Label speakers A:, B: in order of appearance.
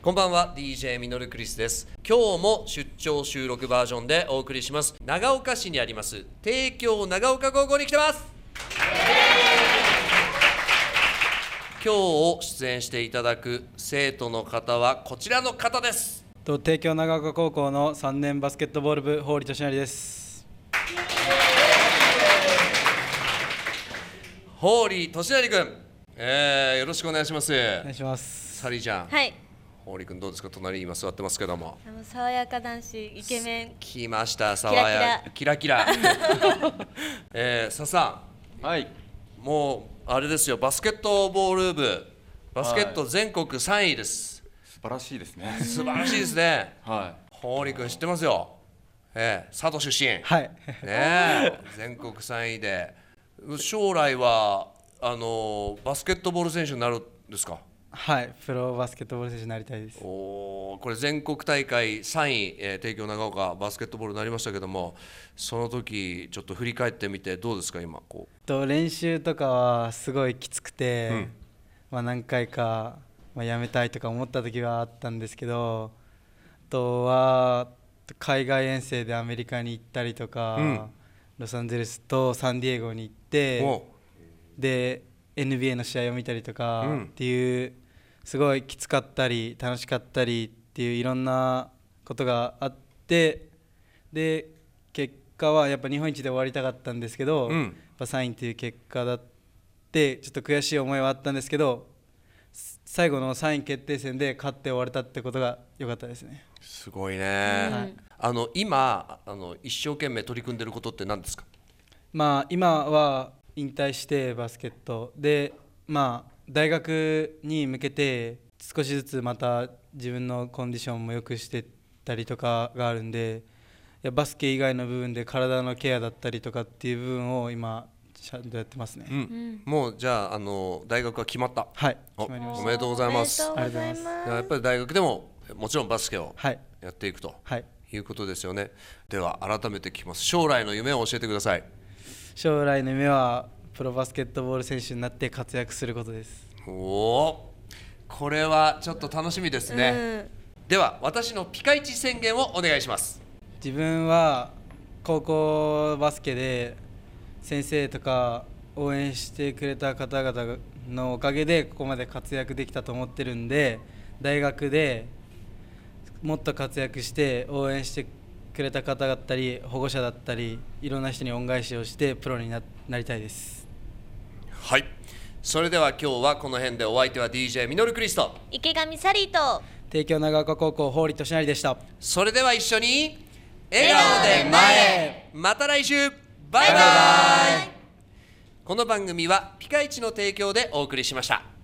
A: こんばんは DJ ミノルクリスです今日も出張収録バージョンでお送りします長岡市にあります帝京長岡高校に来てます今日出演していただく生徒の方はこちらの方です
B: と帝京長岡高校の3年バスケットボール部法利俊成です
A: ホーリー俊成君、えー、よろしくお願いします
B: お願いします
A: サリーちゃん、
C: はい。
A: ホーリー君どうですか隣に今座ってますけども
C: あの爽やか男子イケメン。
A: 来ました爽やキラキラ えー、佐々
D: はい、
A: もうあれですよバスケットボール部バスケット全国3位です、
D: 素晴らしいですね。
A: 素晴らしいですね
D: は
A: ホーリー君知ってますよええ佐渡出身ね
B: はい
A: え全国3位で将来はあのバスケットボール選手になるんですか
B: はいプロバスケットボール選手になりたいです
A: おーこれ全国大会3位、えー帝京長岡バスケットボールになりましたけどもその時ちょっと振り返ってみてどうですか今こう
B: と練習とかはすごいきつくて、まあ何回かまあ辞めたいとか思った時はあったんですけどあとは海外遠征でアメリカに行ったりとか、
A: ん
B: ロサンゼルスとサンディエゴに行って
A: お
B: で NBA の試合を見たりとか
A: うん
B: っていう、すごいきつかったり楽しかったりっていういろんなことがあってで結果はやっぱ日本一で終わりたかったんですけど、
A: うん
B: やっぱ3位っていう結果だってちょっと悔しい思いはあったんですけどす最後の3位決定戦で勝って終われたってことが良かったですね。
A: すごいね、あの今あの一生懸命取り組んでることって何ですか
B: まあ今は引退してバスケットでまあ大学に向けて少しずつまた自分のコンディションも良くしてったりとかがあるんでいやバスケ以外の部分で体のケアだったりとかっていう部分を今ちゃんとやってますね、
A: うん、もうじゃああの大学は決まった
B: はい
A: お
B: 決まりまし
A: おめでとうございます
C: おめでとうござい
A: だ
C: ま
A: からやっぱり大学でももちろんバスケを
B: たはい
A: やっていくと
B: はい
A: いうことですよねでは改めて聞きます将来の夢を教えてください
B: 将来の夢はプロバスケットボール選手になって活躍することです
A: おおこれはちょっと楽しみです
C: す。
A: ね、
C: うん。
A: では私のピカイチ宣言をお願いします
B: 自分は高校バスケで先生とか応援してくれた方々のおかげでここまで活躍できたと思ってるんで大学でもっと活躍して応援してくれた方だったり保護者だったりいろんな人に恩返しをしてプロにななりたいです
A: はいそれでは今日はこの辺でお相手は DJ ミノルクリスト
C: 池上サリーと。
B: 帝京長岡高校法利俊成でした
A: それでは一緒に笑顔で前へまた来週バイバイこの番組はピカイチの提供でお送りしました。